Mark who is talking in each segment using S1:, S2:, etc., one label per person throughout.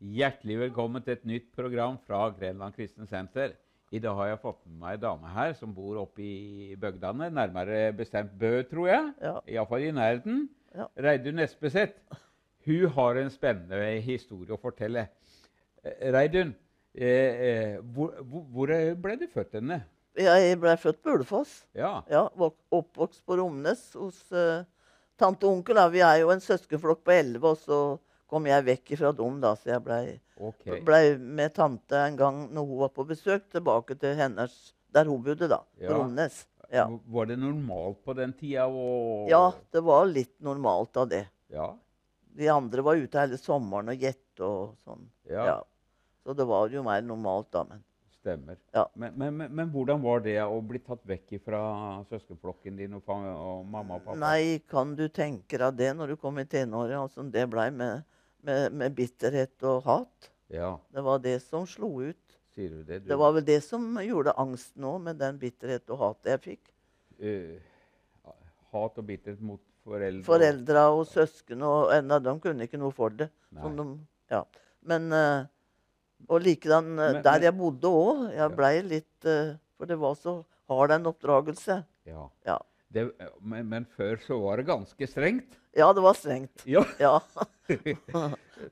S1: Hjertelig velkommen til et nytt program fra Grenland Kristen Senter. I dag har jeg fått med meg ei dame her som bor oppe i bygdene, nærmere bestemt Bø, tror jeg.
S2: Ja.
S1: Iallfall i nærheten.
S2: Ja.
S1: Reidun Espeseth. Hun har en spennende historie å fortelle. Eh, Reidun, eh, eh, hvor, hvor- hvor eh, ble du født henne?
S2: Jeg ble født på Ulefoss.
S1: Ja.
S2: Ja, vok- oppvokst på Romnes hos eh, tante og onkel. Da. Vi er jo en søskenflokk på elleve, og så kom jeg vekk fra dem, da, så jeg blei
S1: Ok.
S2: ble med tante en gang når hun var på besøk, tilbake til hennes der hun bodde, da.
S1: Ja.
S2: På Romnes. Ja.
S1: V- Var det normalt på den tida? å-
S2: ja, det var litt normalt av det.
S1: Ja.
S2: De andre var ute hele sommeren og gjette og sånn.
S1: ja.
S2: Ja. Så det var jo mer normalt da, men
S1: Stemmer.
S2: Ja.
S1: Men, men, men, men hvordan var det å bli tatt vekk fra søskenflokken din og, fa og mamma og pappa?
S2: Nei, kan du tenke deg det når du kom i tenåra, altså, det blei med, med, med bitterhet og hat.
S1: Ja,
S2: Det var det som slo ut.
S1: sier du det? Du,
S2: Det var vel det som gjorde angsten òg, med den bitterhet og hatet jeg fikk.
S1: eh, hat og bitterhet mot foreldre? og-
S2: Foreldra og søsken og enda de kunne ikke noe for det.
S1: Nei.
S2: Som de, ja. Men eh, Og likedan eh,
S1: Men- men-
S2: der jeg bodde òg. Jeg
S1: Ja.
S2: blei litt eh, For det var så hard en oppdragelse.
S1: Ja.
S2: Ja.
S1: Det, men, men før så var det ganske strengt.
S2: Ja, det var strengt.
S1: Ja.
S2: Ja.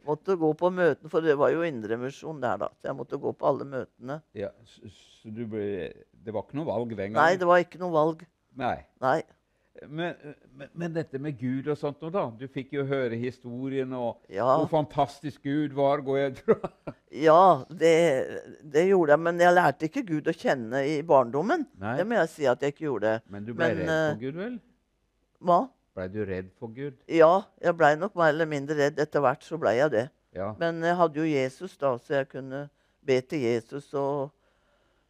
S2: måtte gå på møtene, for det var jo indremisjon der, da. Så jeg måtte gå på alle møtene.
S1: ja så, så du ble, det var ikke noe valg den gangen?
S2: Nei, det var ikke noe valg.
S1: Nei.
S2: Nei.
S1: Men, men, men dette med Gud og sånt noe, da. Du fikk jo høre historien og
S2: Ja,
S1: hvor fantastisk Gud var, går jeg fra.
S2: ja det, det gjorde jeg. Men jeg lærte ikke Gud å kjenne i barndommen.
S1: Nei.
S2: Det må jeg si at jeg ikke gjorde.
S1: Men du ble
S2: Men,
S1: redd
S2: eh,
S1: for Gud, vel?
S2: Hva?
S1: Blei du redd for Gud?
S2: Ja, jeg blei nok mer eller mindre redd. Etter hvert så blei jeg det.
S1: Ja.
S2: Men jeg hadde jo Jesus, da, så jeg kunne be til Jesus og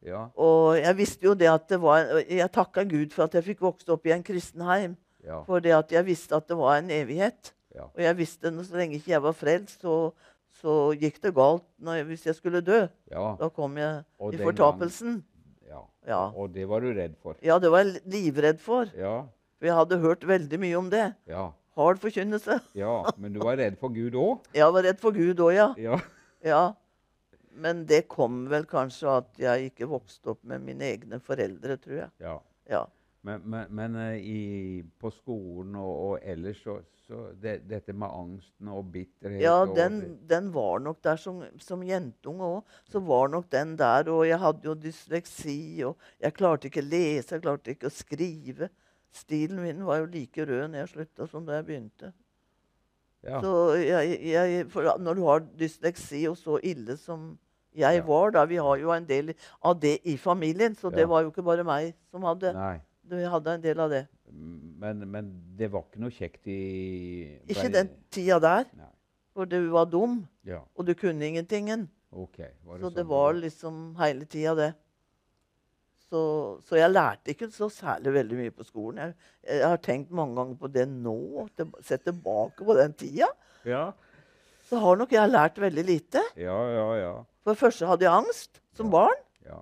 S1: ja.
S2: Og jeg visste jo det at det var Jeg takka Gud for at jeg fikk vokse opp i en kristenheim.
S1: Ja.
S2: For det at jeg visste at det var en evighet.
S1: Ja.
S2: Og jeg visste at så lenge ikke jeg var frelst, så, så gikk det galt når jeg, hvis jeg skulle dø.
S1: ja.
S2: Da kom jeg
S1: Og
S2: i
S1: den
S2: fortapelsen.
S1: ja.
S2: Ja.
S1: Og det var du redd for.
S2: ja, det var jeg livredd for.
S1: Ja.
S2: For jeg hadde hørt veldig mye om det.
S1: Ja.
S2: Hard forkynnelse.
S1: ja. Men du var redd for Gud òg?
S2: Jeg var redd for Gud òg, ja.
S1: Ja.
S2: ja. Men det kom vel kanskje at jeg ikke vokste opp med mine egne foreldre, tror jeg.
S1: ja.
S2: Ja.
S1: Men, men, men eh, i, på skolen og, og ellers så, så det, Dette med angsten og bitterhet
S2: Ja,
S1: og
S2: den, den var nok der som, som jentunge òg. Så var nok den der. Og jeg hadde jo dysleksi, og jeg klarte ikke å lese, jeg klarte ikke å skrive. Stilen min var jo like rød når jeg slutta som da jeg begynte.
S1: ja.
S2: Så jeg, jeg, for når du har dysleksi og så ille som jeg
S1: Ja.
S2: var da, Vi har jo en del av det i familien, så
S1: Ja.
S2: det var jo ikke bare meg som hadde.
S1: Nei.
S2: Vi hadde en del av det.
S1: Men, men det var ikke noe kjekt i
S2: Ikke
S1: ble-
S2: den tida der,
S1: Nei.
S2: for du var dum,
S1: Ja,
S2: og du kunne ingentingen.
S1: OK. Var
S2: Så
S1: sånn
S2: det var liksom hele tida, det. Så, så jeg lærte ikke så særlig veldig mye på skolen. Jeg, jeg har tenkt mange ganger på det nå. til- Sett tilbake på den tida.
S1: Ja,
S2: Så har nok jeg lært veldig lite.
S1: ja, ja. ja.
S2: For det første hadde jeg angst som
S1: Ja.
S2: barn.
S1: ja.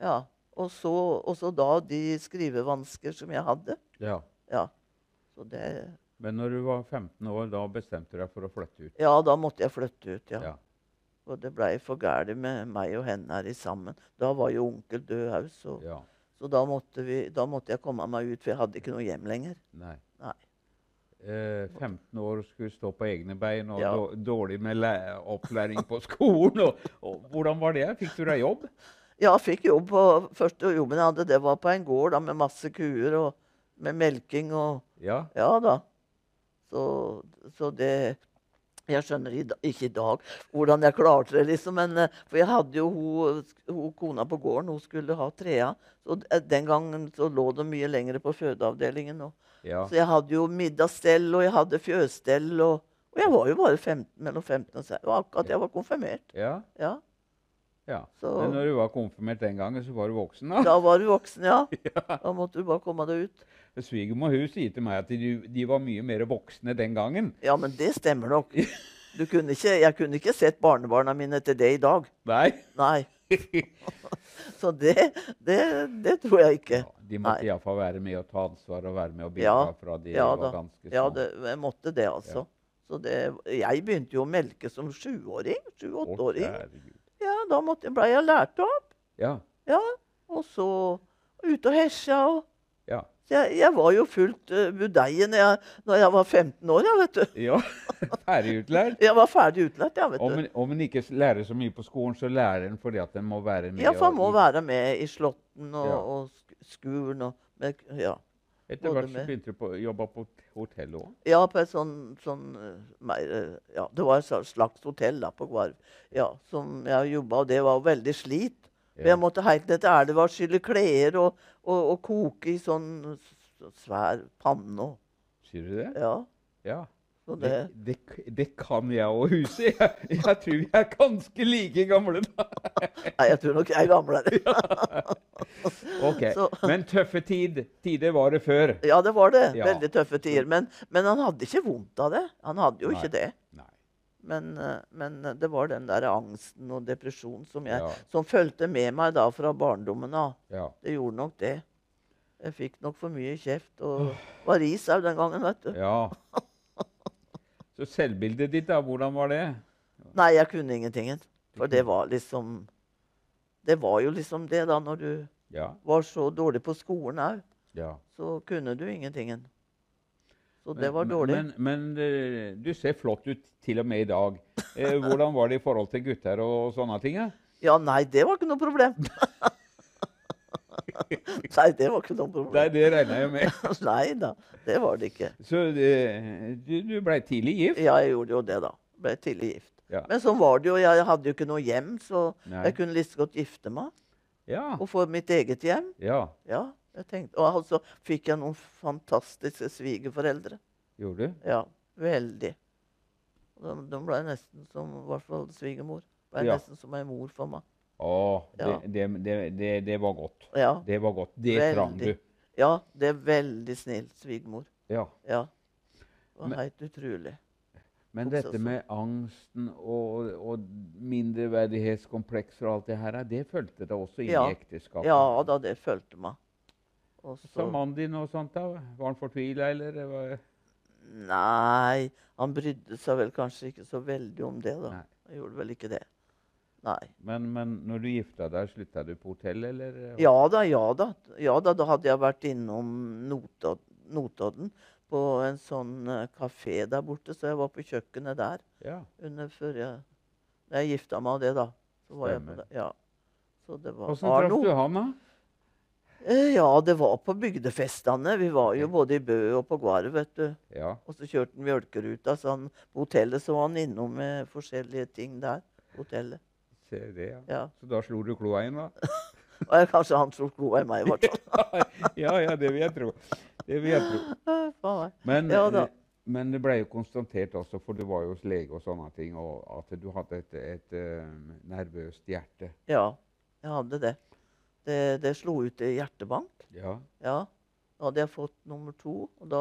S2: Ja. Og så, og så da de skrivevansker som jeg hadde.
S1: ja.
S2: Ja. Så det,
S1: Men når du var 15 år, da bestemte du deg for å flytte ut?
S2: ja, da måtte jeg flytte ut, ja.
S1: Ja.
S2: Og det blei for gæli med meg og henne her i sammen. Da var jo onkel død òg, så
S1: ja.
S2: Så da måtte, vi, da måtte jeg komme meg ut, for jeg hadde ikke noe hjem lenger.
S1: Nei.
S2: Nei.
S1: Eh, 15 år skulle stå på egne bein, og
S2: Ja.
S1: då- dårlig med læ- opplæring på skolen. Og, og, hvordan var det? Fikk du deg jobb?
S2: Jeg fikk jobb på, Første jobben jeg hadde, det var på en gård da, med masse kuer og med melking og
S1: Ja.
S2: Ja da. Så, så det Jeg skjønner i da, ikke i dag hvordan jeg klarte det, liksom. Men, eh, for jeg hadde jo hun, hun kona på gården, hun skulle ha trea. Så d- eh, den gangen så lå det mye lenger på fødeavdelingen. Og,
S1: ja.
S2: Så jeg hadde jo middagsstell, og jeg hadde fjøsstell. Og, og jeg var jo bare 15, mellom 15 og 16. Det var akkurat jeg var konfirmert.
S1: ja.
S2: Ja.
S1: ja.
S2: Så-
S1: Men når du var konfirmert den gangen, så var du voksen, da?
S2: Da var du voksen, ja. Da måtte du bare komme deg ut.
S1: Svigermor hun sier til meg at de, de var mye mer voksne den gangen.
S2: Ja, men det stemmer nok. Du kunne ikke, jeg kunne ikke sett barnebarna mine til det i dag.
S1: Nei.
S2: Nei. Så det, det, det tror jeg ikke.
S1: Ja, de måtte
S2: Nei.
S1: iallfall være med og ta ansvar og være med og bidra
S2: Ja,
S1: fra de
S2: Ja
S1: var
S2: da.
S1: ganske små.
S2: Ja, det, jeg måtte det, altså. Så det, jeg begynte jo å melke som sjuåring. Sju-åtteåring.
S1: herregud.
S2: Ja, da måtte, ble jeg lært opp.
S1: Ja.
S2: Ja, Og så ute og hesja. Og,
S1: Ja.
S2: så jeg, jeg var jo fullt uh, budeie når jeg, når jeg var 15 år, ja, vet du.
S1: ja. Ferdig utlært.
S2: Jeg var ferdig utlært, ja, vet
S1: Om
S2: du.
S1: en, om en ikke s- lærer så mye på skolen, så lærer en fordi at en må være med.
S2: Ja, for
S1: og
S2: jeg må
S1: i-
S2: være med i Slåtten og,
S1: Ja.
S2: og sk- skuren og med, k- ja.
S1: Etter
S2: både
S1: hvert så
S2: med-
S1: begynte du på jobba på hot- hotell òg.
S2: ja, på et sånn, sånn eh, mer, eh, Ja, det var et sla- slags hotell da, på Gvarv. Ja, som jeg jobba, og det var veldig slit. For
S1: Ja.
S2: Jeg måtte helt ned til elva og skylle klær og, og, og koke i sånn s- svær panne og
S1: Sier du det?
S2: Ja.
S1: Ja.
S2: Så det,
S1: Det, det, k- det kan jeg òg huset. Jeg, jeg tror vi er ganske like gamle. da.
S2: Nei, jeg tror nok jeg er gamlere.
S1: Ok,
S2: Så-
S1: Men tøffe tid, tider var det før.
S2: Ja, det var det.
S1: Ja.
S2: Veldig tøffe tider. Men, men han hadde ikke vondt av det. Han hadde jo
S1: Nei.
S2: ikke det.
S1: Nei.
S2: Men, eh, men eh, det var den der angsten og depresjonen som, jeg,
S1: Ja.
S2: som fulgte med meg da fra barndommen av.
S1: Ja.
S2: Det gjorde nok det. Jeg fikk nok for mye kjeft og var ris òg den gangen, vet du.
S1: ja. Så selvbildet ditt, da, hvordan var det?
S2: Nei, jeg kunne ingenting. For det var liksom Det var jo liksom det, da, når du
S1: Ja.
S2: var så dårlig på skolen òg.
S1: ja.
S2: Så kunne du ingenting. Så det
S1: Men-
S2: var
S1: men-
S2: dårlig.
S1: Men, men eh, du ser flott ut til og med i dag. Eh, hvordan var det i forhold til gutter og sånne ting? ja?
S2: Ja, nei, det var ikke noe problem. nei, det var ikke noe
S1: Nei,
S2: problem.
S1: det regner jeg med.
S2: nei da, det var det ikke.
S1: Så eh, du, du blei tidlig gift?
S2: Ja, jeg gjorde jo det, da. Ble tidlig gift.
S1: Ja.
S2: Men sånn var det jo. Jeg hadde jo ikke noe hjem, så
S1: Nei.
S2: jeg kunne like så godt gifte meg.
S1: Ja.
S2: Og få mitt eget hjem.
S1: ja.
S2: Ja, jeg tenkte. Og så fikk jeg noen fantastiske svigerforeldre.
S1: Gjorde du?
S2: Ja, veldig. De, de ble nesten som I hvert fall svigermor. Ble
S1: Ja.
S2: nesten som ei mor for meg.
S1: Å, det,
S2: Ja.
S1: det, det, det, det var godt.
S2: Ja,
S1: Det var godt. Det trang du.
S2: Veldig. ja det er veldig snill svigermor.
S1: Ja.
S2: Ja. Det
S1: Men-
S2: var helt utrolig.
S1: Men
S2: Også
S1: dette
S2: sånn.
S1: med angsten og, og mindreverdighetskomplekser og alt det her, det fulgte deg også inn
S2: Ja.
S1: i ekteskapet?
S2: Ja da, det fulgte meg. Og
S1: Så
S2: så
S1: mannen din og sånt, da? Var han fortvila, eller? var-
S2: Nei, han brydde seg vel kanskje ikke så veldig om det, da.
S1: Nei.
S2: Han gjorde vel ikke det. Nei.
S1: Men, men når du gifta deg, slutta du på hotell, eller?
S2: Ja da, ja da. Ja da, da hadde jeg vært innom Notod Notodden på en sånn eh, kafé der borte, så jeg var på kjøkkenet der
S1: Ja.
S2: under før jeg Da jeg gifta meg og det, da. Så var jeg på
S1: Stemmer.
S2: det. Ja. Så det var
S1: Åssen traff du
S2: Arno.
S1: han, da?
S2: Eh, Ja, det var på bygdefestene. Vi var jo
S1: Ok.
S2: både i Bø og på Gvarv, vet du.
S1: Ja.
S2: Og så kjørte han Mjølkeruta. Så han, på hotellet så var han innom med forskjellige ting der. Hotellet.
S1: Se det, ja.
S2: Ja.
S1: Så da slo du kloa inn, da?
S2: Og jeg, kanskje han tror kloa i meg, i hvert fall.
S1: ja, ja, det vil jeg tro. Det vil jeg tro.
S2: Eh, faen.
S1: Men,
S2: Ja da.
S1: men det ble jo konstatert også, for du var jo hos lege og sånne ting, og at du hadde et, et eh, nervøst hjerte.
S2: Ja, jeg hadde det. Det, det slo ut i hjertebank.
S1: Ja.
S2: Ja. Da hadde jeg fått nummer to. Og da,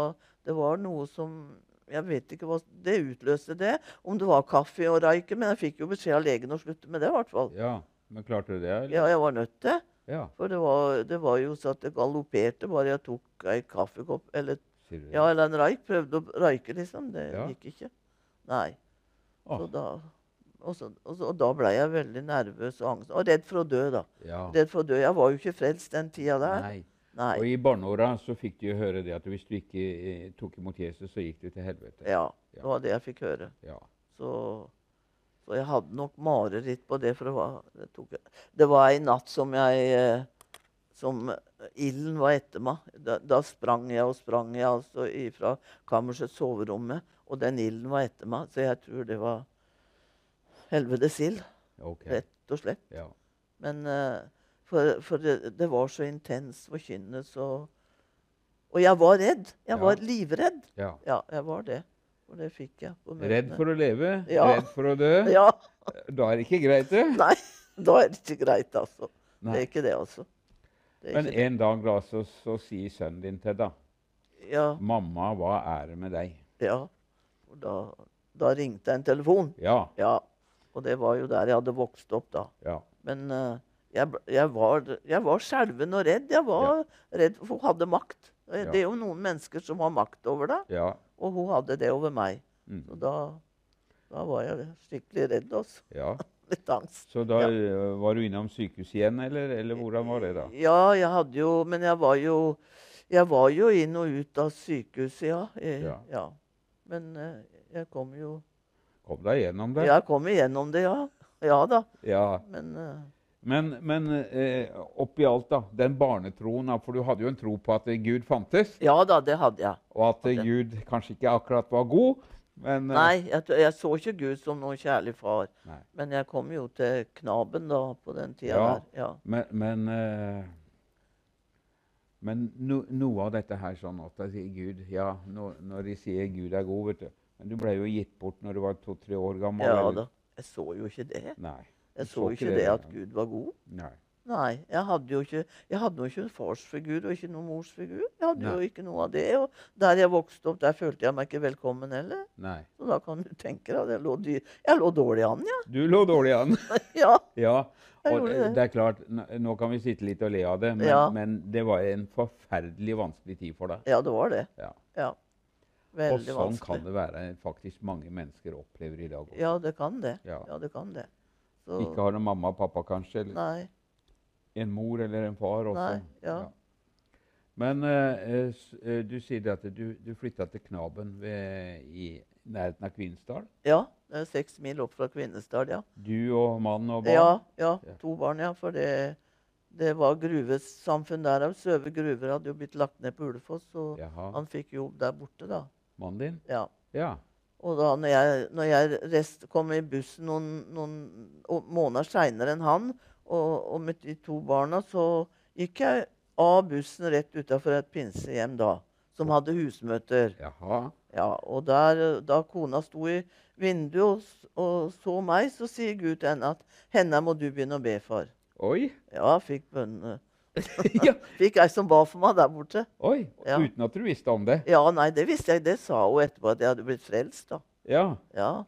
S2: det var noe som Jeg vet ikke hva det utløste det. Om det var kaffe og røyk, men jeg fikk jo beskjed av legen å slutte med det. i hvert fall.
S1: Ja, men klarte du det? Eller?
S2: Ja, jeg var nødt til.
S1: Ja,
S2: For det var, det var jo så at det galopperte bare jeg tok ei kaffekopp eller,
S1: sier du det?
S2: ja, eller en røyk. Prøvde å røyke, liksom. Det
S1: Ja.
S2: gikk ikke. Nei.
S1: Åh,
S2: Så da, og, så, og, så, og da ble jeg veldig nervøs og angst. Og redd for å dø, da.
S1: ja.
S2: Redd for å dø. Jeg var jo ikke frelst den tida der.
S1: Nei.
S2: Nei.
S1: Og i barneåra så fikk de jo høre det at hvis du ikke eh, tok imot Jesus, så gikk du til helvete.
S2: Ja,
S1: Ja.
S2: det var det jeg fikk høre.
S1: Ja.
S2: Så, så jeg hadde nok mareritt på det. For det var, det tok, det var ei natt som jeg eh, Som ilden var etter meg. Da, da sprang jeg og sprang jeg altså fra kammersets soverommet, og den ilden var etter meg. Så jeg tror det var helvetes ild,
S1: Ok.
S2: rett og slett.
S1: Ja.
S2: Men eh, For, for det, det var så intens forkynnelse. Og, og jeg var redd. Jeg
S1: Ja.
S2: var livredd.
S1: ja.
S2: Ja, jeg var det. Og det fikk jeg. på møtene.
S1: Redd for å leve,
S2: Ja.
S1: redd for å dø.
S2: Ja.
S1: Da er det ikke greit, det.
S2: Nei, da er det ikke greit, altså. Det
S1: Nei.
S2: er ikke det, altså. Det er
S1: Men
S2: ikke,
S1: en dag da, så, så sier sønnen din til deg
S2: ja,
S1: 'Mamma, hva er det med deg?'
S2: ja. Og da, da ringte en telefon.
S1: Ja.
S2: Ja. Og det var jo der jeg hadde vokst opp, da.
S1: Ja.
S2: Men eh, jeg, bl- jeg var, jeg var skjelven og redd. Jeg var redd for hun hadde makt. Eh,
S1: Ja.
S2: Det er jo noen mennesker som har makt over deg.
S1: Ja.
S2: Og hun hadde det over meg.
S1: Mm.
S2: Så da, da var jeg skikkelig redd, altså.
S1: Ja.
S2: Litt angst.
S1: Så da eh, var du innom sykehus igjen, eller, eller hvordan var det da?
S2: Ja, jeg hadde jo Men jeg var jo, jeg var jo inn og ut av sykehuset, ja. Jeg, ja.
S1: Ja.
S2: Men eh, jeg kom jo
S1: Kom deg gjennom det?
S2: Jeg kom igjennom det, ja. Ja da.
S1: Ja.
S2: Men eh,
S1: Men, men eh, oppi alt, da. Den barnetroen. da, For du hadde jo en tro på at eh, Gud fantes,
S2: Ja da, det hadde jeg.
S1: og at eh,
S2: Hadde.
S1: Gud kanskje ikke akkurat var god, men eh,
S2: Nei, jeg, t- jeg så ikke Gud som noen kjærlig far.
S1: Nei.
S2: Men jeg kom jo til knaben da, på den tida
S1: Ja.
S2: der. Ja.
S1: Men, men, eh, men no, noe av dette her sånn at jeg sier Gud Ja, nå- når de sier Gud er god, vet du Men du ble jo gitt bort når du var to-tre år gammel.
S2: ja
S1: eller?
S2: da. Jeg så jo ikke det.
S1: Nei. Du
S2: Jeg så jo ikke det at Gud var god.
S1: Nei.
S2: Nei, jeg hadde jo ikke, jeg hadde jo ikke en farsfigur og ikke noen morsfigur. Jeg hadde
S1: Nei.
S2: jo ikke noe av det. Og der jeg vokste opp, der følte jeg meg ikke velkommen heller.
S1: Nei.
S2: Så da kan du tenke deg at jeg lå, dy jeg lå dårlig an, jeg.
S1: Du lå dårlig an.
S2: Ja.
S1: Ja.
S2: Jeg
S1: Og
S2: gjorde
S1: eh,
S2: det.
S1: det er klart, n- nå kan vi sitte litt og le av det, men,
S2: Ja.
S1: men det var en forferdelig vanskelig tid for deg.
S2: ja, det var det.
S1: Ja.
S2: Ja.
S1: Og
S2: Veldig
S1: sånn kan
S2: vanskelig.
S1: det være faktisk mange mennesker opplever i dag. også.
S2: Ja, det kan det.
S1: Ja.
S2: Ja, det kan det. Så,
S1: Ikke har en mamma og pappa, kanskje, eller
S2: Nei.
S1: en mor eller en far også.
S2: Nei, ja.
S1: Men eh, eh, s- eh, du sier det at du, du flytta til Knaben ved, i nærheten av Kvinesdal.
S2: Ja, det er seks mil opp fra Kvinesdal, ja.
S1: Du og mann og barn.
S2: Ja, ja,
S1: Ja.
S2: to barn, ja. For det, det var gruvesamfunn der. Søve gruver hadde jo blitt lagt ned på Ulefoss, så
S1: Jaha.
S2: han fikk jobb der borte, da.
S1: Mannen din?
S2: Ja.
S1: Ja.
S2: Og da når jeg, når jeg rest, kom i bussen noen, noen å- måneder seinere enn han, og, og med de to barna, så gikk jeg av bussen rett utafor et pinsehjem da, som hadde husmøter.
S1: Jaha.
S2: Ja, og der, eh, da kona sto i vinduet og, s- og så meg, så sier Gud til henne at henne må du begynne å be for.
S1: Oi.
S2: Ja, fikk bønnene.
S1: ja.
S2: Fikk ei som ba for meg der borte.
S1: Oi.
S2: Ja.
S1: Uten at du visste om det.
S2: Ja, nei, det visste jeg. Det sa hun etterpå at jeg hadde blitt frelst, da.
S1: Ja.
S2: Ja.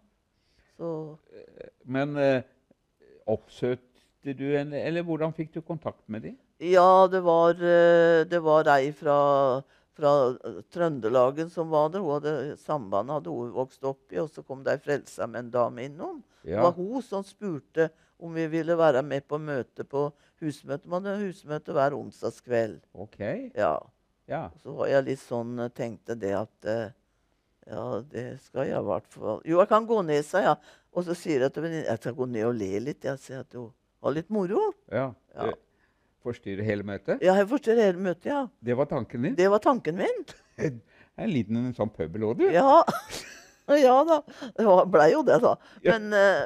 S2: Så
S1: Men eh, oppsøkte du en Eller hvordan fikk du kontakt med dem?
S2: Ja, det var, eh, det var ei fra, fra eh, Trøndelagen som var der. Hun hadde, sambandet hadde hun vokst opp i, og så kom det ei frelsa med en dame innom. Det
S1: Ja.
S2: var hun som spurte om vi ville være med på møte på husmøtet. Man hadde husmøte hver onsdagskveld.
S1: OK.
S2: Ja.
S1: Ja.
S2: Og så var jeg litt sånn eh, tenkte det at eh, Ja, det skal jeg i hvert fall Jo, jeg kan gå ned, sa jeg. Og så sier jeg til venninna jeg skal gå ned og le litt. Jeg sier at hun har litt moro.
S1: ja.
S2: Ja.
S1: Eh, Forstyrre hele møtet?
S2: Ja, jeg forstår hele møtet, ja.
S1: Det var tanken din?
S2: Det var tanken min.
S1: En liten sånn pøbel òg, du.
S2: Ja. ja da. Det var- blei jo det, da.
S1: Ja.
S2: Men, eh,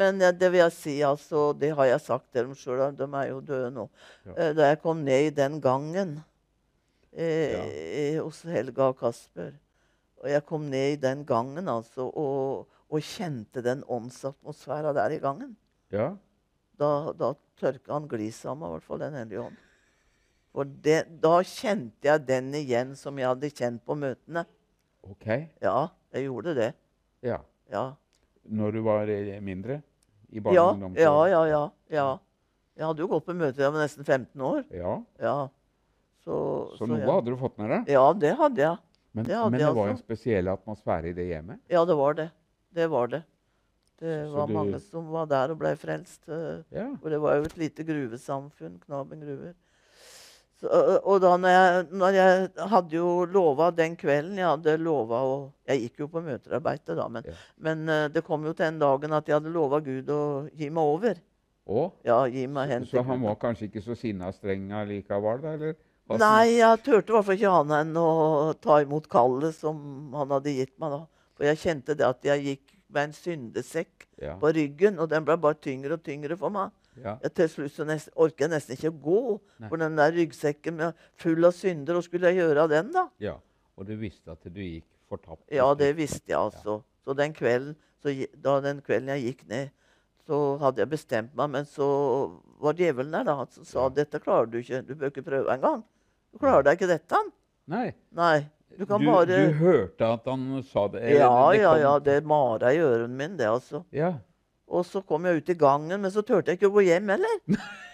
S2: men eh, det vil jeg si, altså Det har jeg sagt til dem sjøl, de er jo døde nå.
S1: Ja.
S2: Eh, Da jeg kom ned i den gangen eh, eh, hos Helga og Kasper Og jeg kom ned i den gangen, altså, og, og kjente den åndsatmosfæra der i gangen.
S1: Ja.
S2: Da, da tørka han gliset av meg, i hvert fall Den hellige ånd. For det, da kjente jeg den igjen som jeg hadde kjent på møtene.
S1: OK.
S2: Ja, jeg gjorde det.
S1: Ja.
S2: Ja,
S1: Når du var eh, mindre? I barne- og
S2: ja,
S1: ungdomsårene?
S2: ja, ja, ja, ja. Jeg hadde jo gått på møter jeg var nesten 15 år.
S1: Ja,
S2: Ja. Så,
S1: Så noe
S2: jeg,
S1: hadde du fått med deg.
S2: Ja, det hadde jeg.
S1: Men
S2: det
S1: det,
S2: hadde
S1: men det
S2: jeg
S1: var jo en
S2: altså.
S1: spesiell atmosfære i det hjemmet.
S2: Ja, det var det. Det var det. Det
S1: Så
S2: var
S1: du-
S2: mange som var der og blei frelst. eh,
S1: Ja.
S2: For det var jo et lite gruvesamfunn. Knaben gruver. Så, ø- og da når jeg, når jeg hadde jo lova den kvelden Jeg hadde lovet å Jeg gikk jo på møterarbeidet, da, men,
S1: Ja.
S2: men eh, det kom jo til den dagen at jeg hadde lova Gud å gi meg over.
S1: Og,
S2: Ja, gi meg hen
S1: så
S2: til
S1: han
S2: Gud.
S1: var kanskje ikke så sinna streng allikevel, da? Eller? Hva som-
S2: Nei, jeg turte i hvert fall ikke annet enn å ta imot kallet som han hadde gitt meg. da. For jeg kjente det at jeg gikk med en syndesekk
S1: Ja.
S2: på ryggen, og den ble bare tyngre og tyngre for meg.
S1: Ja.
S2: Jeg til slutt så nest, orker jeg nesten ikke å gå,
S1: Nei.
S2: for den der ryggsekken med, full av synder, og skulle jeg gjøre av den, da?
S1: ja. Og du visste at du gikk fortapt?
S2: Ja,
S1: vet du.
S2: det visste jeg altså. Så den kvelden, så, gi- da den kvelden jeg gikk ned, så hadde jeg bestemt meg, men så var djevelen der, da, han som sa
S1: Ja.
S2: 'Dette klarer du ikke. Du bør ikke prøve engang. Du klarer deg ikke dette.' han.
S1: Nei.
S2: Nei, du kan
S1: du,
S2: bare
S1: du hørte at han sa det? eller
S2: Ja,
S1: det
S2: ja,
S1: kom-
S2: ja. Det mara i ørene mine, det, altså.
S1: ja.
S2: Og så kom jeg ut i gangen, men så turte jeg ikke å gå hjem heller.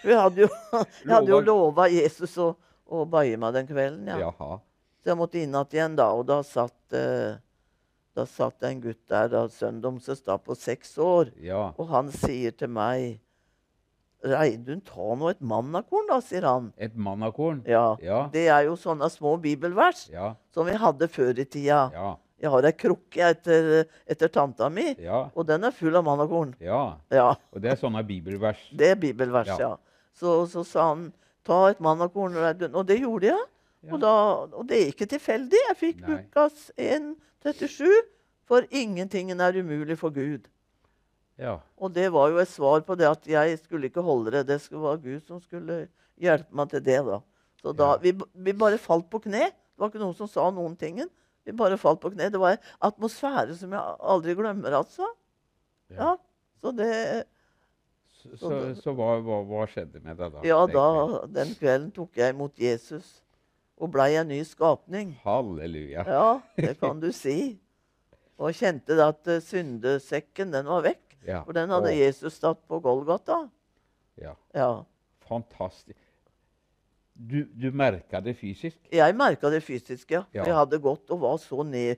S2: Vi hadde jo, jeg hadde jo lova Jesus å, å baie meg den kvelden. Ja.
S1: Jaha.
S2: Så jeg måtte inn igjen da, og da satt eh, Da satt det en gutt der, da, sønnen deres, da på seks år.
S1: Ja.
S2: Og han sier til meg 'Reidun, ta nå et mannakorn', da, sier han.
S1: Et mannakorn.
S2: Ja.
S1: Ja.
S2: Det er jo sånne små bibelvers
S1: Ja.
S2: som vi hadde før i tida.
S1: Ja.
S2: Jeg har ei krukke etter, etter tanta mi,
S1: Ja.
S2: og den er full av mannakorn.
S1: ja.
S2: Ja,
S1: Og det er sånne bibelvers.
S2: det er bibelvers,
S1: Ja.
S2: ja. Så, så sa han 'ta et mannakorn', Reidun. Og det gjorde jeg.
S1: Ja.
S2: Og, da, og det er ikke tilfeldig. Jeg fikk
S1: Nei.
S2: Lukas 1, 37, for ingentingen er umulig for Gud.
S1: Ja.
S2: Og det var jo et svar på det at jeg skulle ikke holde det. Det skulle- var Gud som skulle hjelpe meg til det. da. Så da,
S1: Ja.
S2: vi, b- vi bare falt på kne. Det var ikke noen som sa noen tingen. Vi bare falt på kne. Det var en atmosfære som jeg aldri glemmer, altså.
S1: Ja.
S2: Ja, Så det,
S1: Så, så, så hva, hva, hva skjedde med deg da?
S2: ja
S1: egentlig?
S2: da, den kvelden tok jeg imot Jesus og blei en ny skapning.
S1: Halleluja.
S2: Ja, det kan du si. Og kjente da at eh, syndesekken, den var vekk.
S1: Ja.
S2: For den hadde
S1: Å,
S2: Jesus tatt på Golgata.
S1: ja.
S2: Ja.
S1: Fantastisk. Du, du merka det fysisk?
S2: Jeg merka det fysiske. ja.
S1: Ja.
S2: For Jeg hadde gått og var så ned...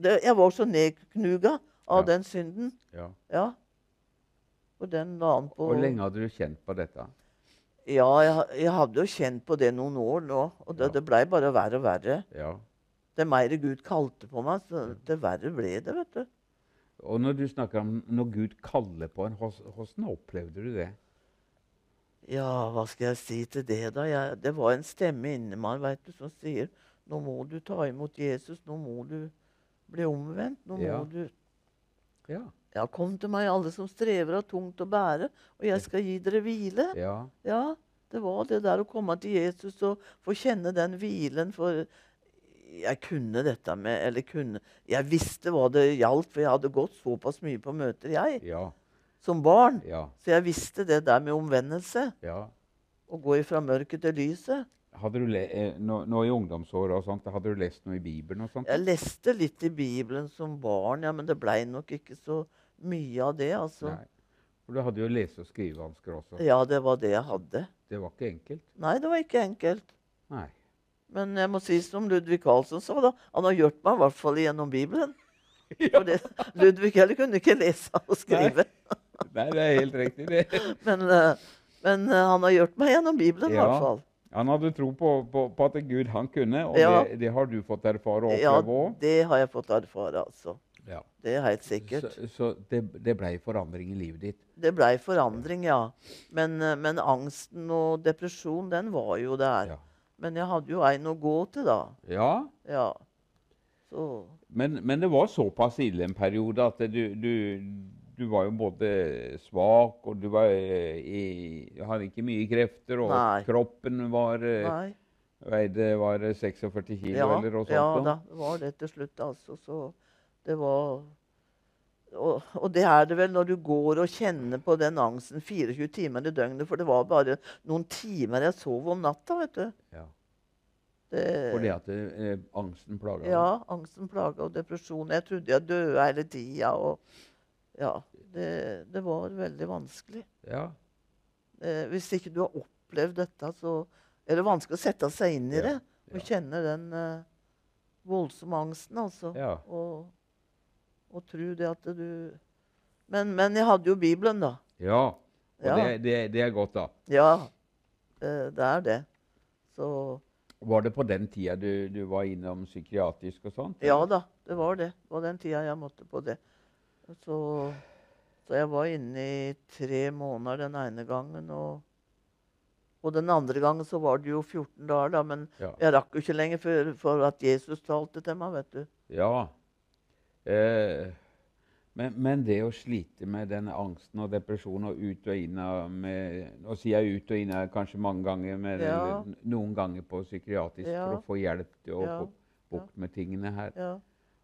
S2: Det, jeg var så nedknuga av
S1: Ja.
S2: den synden.
S1: Ja.
S2: Ja. Og den la han på
S1: Hvor lenge hadde du kjent på dette?
S2: Ja, jeg, jeg hadde jo kjent på det noen år nå. Og det,
S1: Ja.
S2: det blei bare verre og verre.
S1: Ja.
S2: Det mer Gud kalte på meg, så det verre ble det, vet du.
S1: Og når du snakker om når Gud kaller på en, hvordan opplevde du det?
S2: Ja, hva skal jeg si til det, da? Jeg, det var en stemme inni meg vet du, som sier Nå må du ta imot Jesus. Nå må du bli omvendt. Nå
S1: Ja.
S2: må du
S1: Ja.
S2: Ja, kom til meg, alle som strever og har tungt å bære, og jeg skal gi dere hvile.
S1: ja.
S2: Ja, det var det der å komme til Jesus og få kjenne den hvilen, for jeg kunne dette med Eller kunne Jeg visste hva det gjaldt, for jeg hadde gått såpass mye på møter, jeg,
S1: Ja.
S2: som barn.
S1: Ja.
S2: Så jeg visste det der med omvendelse.
S1: ja.
S2: Å gå ifra mørket til lyset.
S1: Hadde du le eh, nå, nå i ungdomsåra og sånt, hadde du lest noe i Bibelen og sånt?
S2: Jeg leste litt i Bibelen som barn, ja, men det blei nok ikke så mye av det, altså.
S1: Nei. For du hadde jo lese- og skrivevansker også.
S2: Ja, det var det jeg hadde.
S1: Det var ikke enkelt.
S2: Nei, det var ikke enkelt.
S1: Nei.
S2: Men jeg må si som Ludvig Carlsen sa, da. Han har hjulpet meg i hvert fall gjennom Bibelen. For det, Ludvig heller kunne ikke lese og skrive.
S1: Nei, det er helt riktig, det.
S2: Men, eh, men eh, han har hjulpet meg gjennom Bibelen i
S1: Ja,
S2: hvert fall.
S1: Han hadde tro på, på, på at Gud han kunne, og
S2: Ja.
S1: det, det har du fått erfare og
S2: Ja,
S1: oppleve òg.
S2: det har jeg fått erfare, altså.
S1: Ja.
S2: Det er helt sikkert.
S1: Så, så det, det blei forandring i livet ditt.
S2: Det blei forandring, ja. Men, eh, men angsten og depresjon, den var jo der.
S1: Ja.
S2: Men jeg hadde jo en å gå til, da.
S1: ja.
S2: Ja. Så
S1: Men, men det var såpass ille en periode at du, du, du var jo både svak og du var eh, i, hadde ikke mye krefter, og
S2: Nei.
S1: kroppen var eh,
S2: nei.
S1: veide var eh, 46 kilo eller noe sånt.
S2: ja
S1: noe.
S2: da, det var det til slutt, altså. Så det var og, og det er det vel når du går og kjenner på den angsten 24 timer i døgnet. For det var bare noen timer jeg sov om natta, vet du.
S1: Ja.
S2: Det,
S1: Fordi at eh, angsten plaga
S2: ja, angsten plaga og depresjon. Jeg trodde jeg døde hele tida. Og ja, det, det var veldig vanskelig.
S1: deg. Ja.
S2: Eh, hvis ikke du har opplevd dette, så er det vanskelig å sette seg inn i
S1: Ja,
S2: det.
S1: ja.
S2: Og kjenne den eh, voldsomme angsten, altså.
S1: Ja.
S2: Og, og tro det at du men, men jeg hadde jo Bibelen, da.
S1: ja. Og
S2: Ja.
S1: Det, det, det er godt, da.
S2: Ja, eh, det er det. Så
S1: Var det på den tida du, du var innom psykiatrisk og sånt?
S2: Ja
S1: eller?
S2: da, det var det. Det var den tida jeg måtte på det. Så, så jeg var inne i tre måneder den ene gangen. Og, og den andre gangen så var det jo 14 dager, da. Men
S1: Ja.
S2: jeg rakk jo ikke lenger for, for at Jesus talte til meg, vet du.
S1: Ja. Eh, men, men det å slite med den angsten og depresjonen og ut og inn av med, Nå sier jeg ut og inn av kanskje mange ganger, men
S2: Ja.
S1: eller noen ganger på psykiatrisk for
S2: Ja.
S1: å få hjelp til å
S2: Ja,
S1: få bukt med tingene her.
S2: Ja,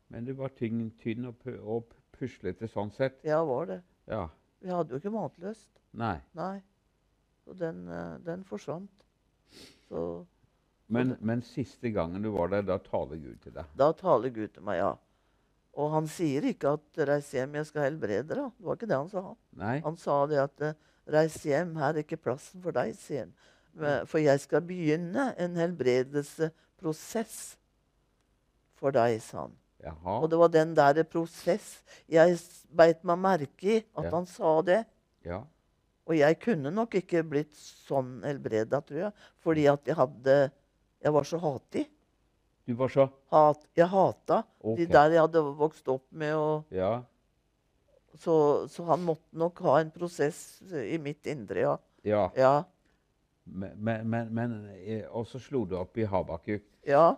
S1: Men du var tynn, tynn og, pu og puslete sånn sett.
S2: ja var det.
S1: Ja.
S2: Vi hadde jo ikke matlyst.
S1: Nei.
S2: Nei. Så den, eh, den forsvant. Så
S1: Men, men siste gangen du var der, da taler Gud til deg.
S2: da taler Gud til meg, ja. Og han sier ikke at 'reis hjem, jeg skal helbrede deg'. Det var ikke det han sa.
S1: Nei?
S2: Han sa det at eh, 'reis hjem, her er ikke plassen for deg', sier han. «Men- For jeg skal begynne en helbredelsesprosess for deg, sa han.
S1: Jaha.
S2: Og det var den der prosess jeg s- beit meg merke i at
S1: Ja.
S2: han sa det.
S1: Ja.
S2: Og jeg kunne nok ikke blitt sånn helbreda, tror jeg. Fordi at jeg hadde Jeg var så hatig.
S1: Du var så
S2: Hat, jeg hata
S1: Ok.
S2: de der jeg hadde vokst opp med. Og,
S1: Ja.
S2: så, så han måtte nok ha en prosess i mitt indre, ja.
S1: ja.
S2: Ja.
S1: Men, men, men, men eh, Og så slo du opp i Habakuk.
S2: ja.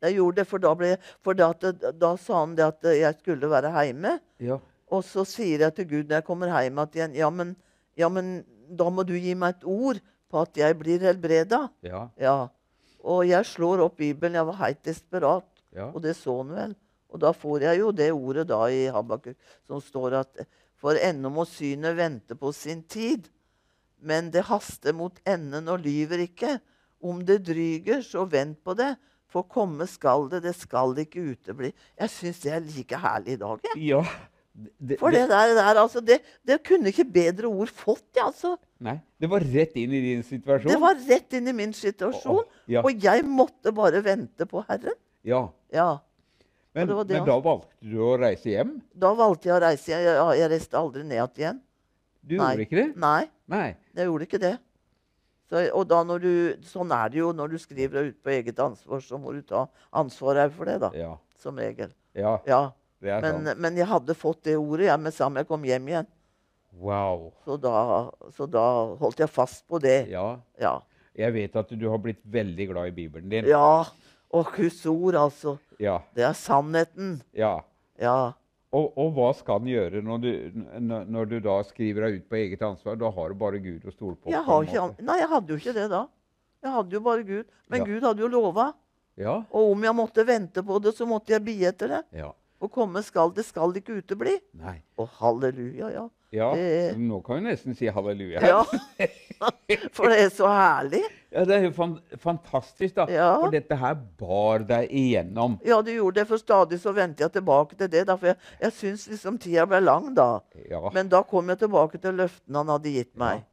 S2: Jeg gjorde det, for da, ble, for da, at- da sa han det at jeg skulle være heime.
S1: Ja.
S2: Og så sier jeg til Gud når jeg kommer hjem at igjen, ja, men, ja, men da må du gi meg et ord på at jeg blir helbreda.
S1: Ja.
S2: Ja. Og jeg slår opp Bibelen. Jeg var helt desperat.
S1: Ja.
S2: Og det så han vel. Og da får jeg jo det ordet da i Habakuk som står at For ennå må synet vente på sin tid, men det haster mot enden og lyver ikke. Om det dryger, så vent på det, for komme skal det, det skal ikke utebli. Jeg syns det er like herlig i dag, jeg.
S1: ja. Det,
S2: For det der, der altså, det, det kunne ikke bedre ord fått, jeg, altså.
S1: Nei, det var rett inn i din situasjon.
S2: Det var rett inn i min situasjon.
S1: Å, å, ja.
S2: Og jeg måtte bare vente på Herren.
S1: Ja.
S2: Ja.
S1: Men,
S2: det var det,
S1: men da valgte du å reise hjem?
S2: Da valgte jeg å reise. Jeg, jeg, jeg reiste aldri ned igjen.
S1: Du
S2: Nei.
S1: gjorde ikke det?
S2: Nei,
S1: Nei.
S2: jeg gjorde ikke det. Så, og da når du, sånn er det jo når du skriver deg ut på eget ansvar, så må du ta ansvar her for det, da.
S1: Ja.
S2: Som regel.
S1: ja.
S2: Ja.
S1: Det er
S2: Men, eh,
S1: sant.
S2: men jeg hadde fått det ordet jeg med sammen jeg kom hjem igjen.
S1: Wow.
S2: Så da, så da holdt jeg fast på det.
S1: Ja.
S2: Ja.
S1: Jeg vet at du har blitt veldig glad i Bibelen din.
S2: ja. Og Guds ord, altså.
S1: Ja.
S2: Det er sannheten.
S1: ja.
S2: Ja.
S1: Og, og hva skal en gjøre når du, n- n- når du da skriver deg ut på eget ansvar? Da har du bare Gud å stole på. på
S2: Jeg har
S1: en
S2: ikke,
S1: måte.
S2: an- nei, jeg hadde jo ikke det da. Jeg hadde jo bare Gud. Men
S1: Ja.
S2: Gud hadde jo lova.
S1: Ja.
S2: Og om jeg måtte vente på det, så måtte jeg bie etter det.
S1: ja.
S2: Og komme skal det, skal det ikke utebli.
S1: Nei.
S2: Å, halleluja, ja.
S1: Ja,
S2: Det-
S1: nå kan vi nesten si halleluja.
S2: ja. For det er så herlig.
S1: Ja, det er jo fan fantastisk, da.
S2: Ja.
S1: For dette her bar deg igjennom.
S2: Ja, du gjorde det, for stadig så venter jeg tilbake til det. Da, for jeg, jeg syns liksom tida ble lang da.
S1: Ja.
S2: Men da kom jeg tilbake til løftene han hadde gitt meg.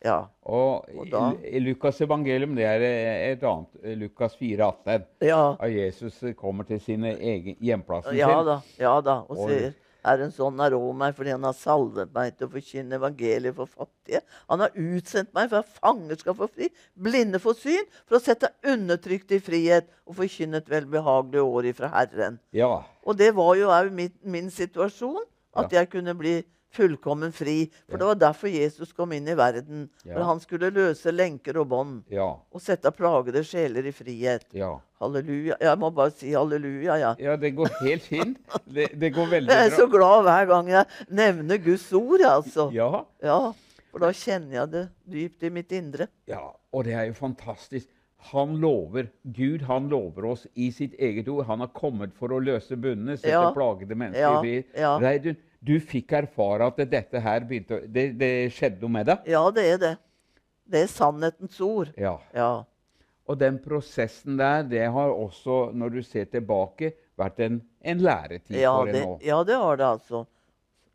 S2: Ja.
S1: og
S2: og
S1: i-
S2: da-
S1: i Lukas' evangelium, det er eh, et annet. eh, Lukas 4,18.
S2: Ja,
S1: At Jesus eh, kommer til sine egen hjemplassen
S2: ja
S1: sin.
S2: da. Ja da. Og
S1: Og-
S2: sier Herren sånn er over meg, fordi han har salvet meg til å forkynne evangeliet for fattige. Han har utsendt meg for at fanger skal få fri, blinde få syn, for å sette undertrykte i frihet og forkynne et velbehagelig år ifra Herren.
S1: Ja.
S2: Og det var jo òg min, min situasjon, at jeg kunne bli fullkommen fri. For
S1: Ja.
S2: det var derfor Jesus kom inn i verden. For
S1: Ja.
S2: han skulle løse lenker og bånd
S1: Ja.
S2: og sette plagede sjeler i frihet.
S1: Ja.
S2: Halleluja. Jeg må bare si halleluja, jeg.
S1: Ja, det går helt fint. Det, det går veldig
S2: Jeg er
S1: bra.
S2: så glad hver gang jeg nevner Guds ord, jeg, altså. Ja.
S1: Ja.
S2: For da kjenner jeg det dypt i mitt indre.
S1: ja. Og det er jo fantastisk. Han lover. Gud han lover oss i sitt eget ord. Han har kommet for å løse bundene, sette
S2: Ja.
S1: plagede mennesker
S2: Ja,
S1: i fri.
S2: ja.
S1: Reidun, du fikk erfare at dette her begynte å Det, det skjedde noe med deg?
S2: Ja, det er det. Det er sannhetens ord.
S1: Ja.
S2: Ja.
S1: Og den prosessen der, det har også, når du ser tilbake, vært en, en læretid
S2: Ja
S1: for
S2: det,
S1: en òg.
S2: ja, det har det, altså.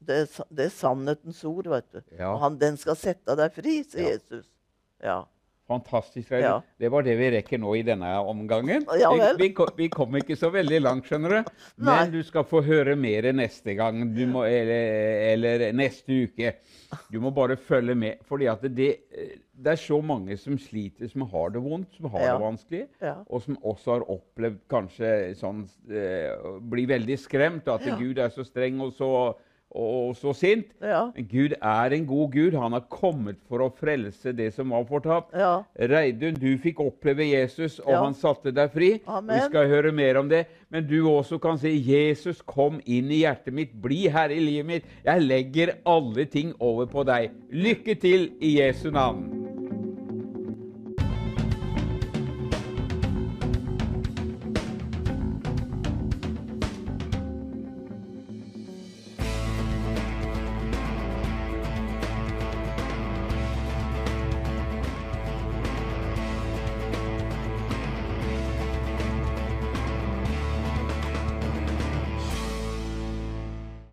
S2: Det er, sa- det er sannhetens ord, vet du.
S1: Ja.
S2: Og han, den skal sette deg fri, sier
S1: Ja.
S2: Jesus. Ja.
S1: Fantastisk. Reidun.
S2: Ja.
S1: Det var det vi rekker nå i denne omgangen.
S2: Ja
S1: vi,
S2: vel.
S1: vi, ko- vi kom ikke så veldig langt, skjønner du.
S2: Nei.
S1: Men du skal få høre mer neste gang, du må, eller, eller neste uke. Du må bare følge med. fordi at det, det er så mange som sliter, som har det vondt, som har
S2: Ja.
S1: det vanskelig.
S2: Ja.
S1: Og som også har opplevd kanskje sånn eh, å Bli veldig skremt. At
S2: Ja.
S1: Gud er så streng og så, og, og så sint.
S2: Ja.
S1: Men Gud er en god Gud. Han har kommet for å frelse det som var fortapt.
S2: ja.
S1: Reidun, du fikk oppleve Jesus, og
S2: Ja.
S1: han satte deg fri. Vi
S2: Amen.
S1: skal høre mer om det. Men du også kan si, 'Jesus, kom inn i hjertet mitt. Bli herre i livet mitt. Jeg legger alle ting over på deg.' Lykke til i Jesu navn.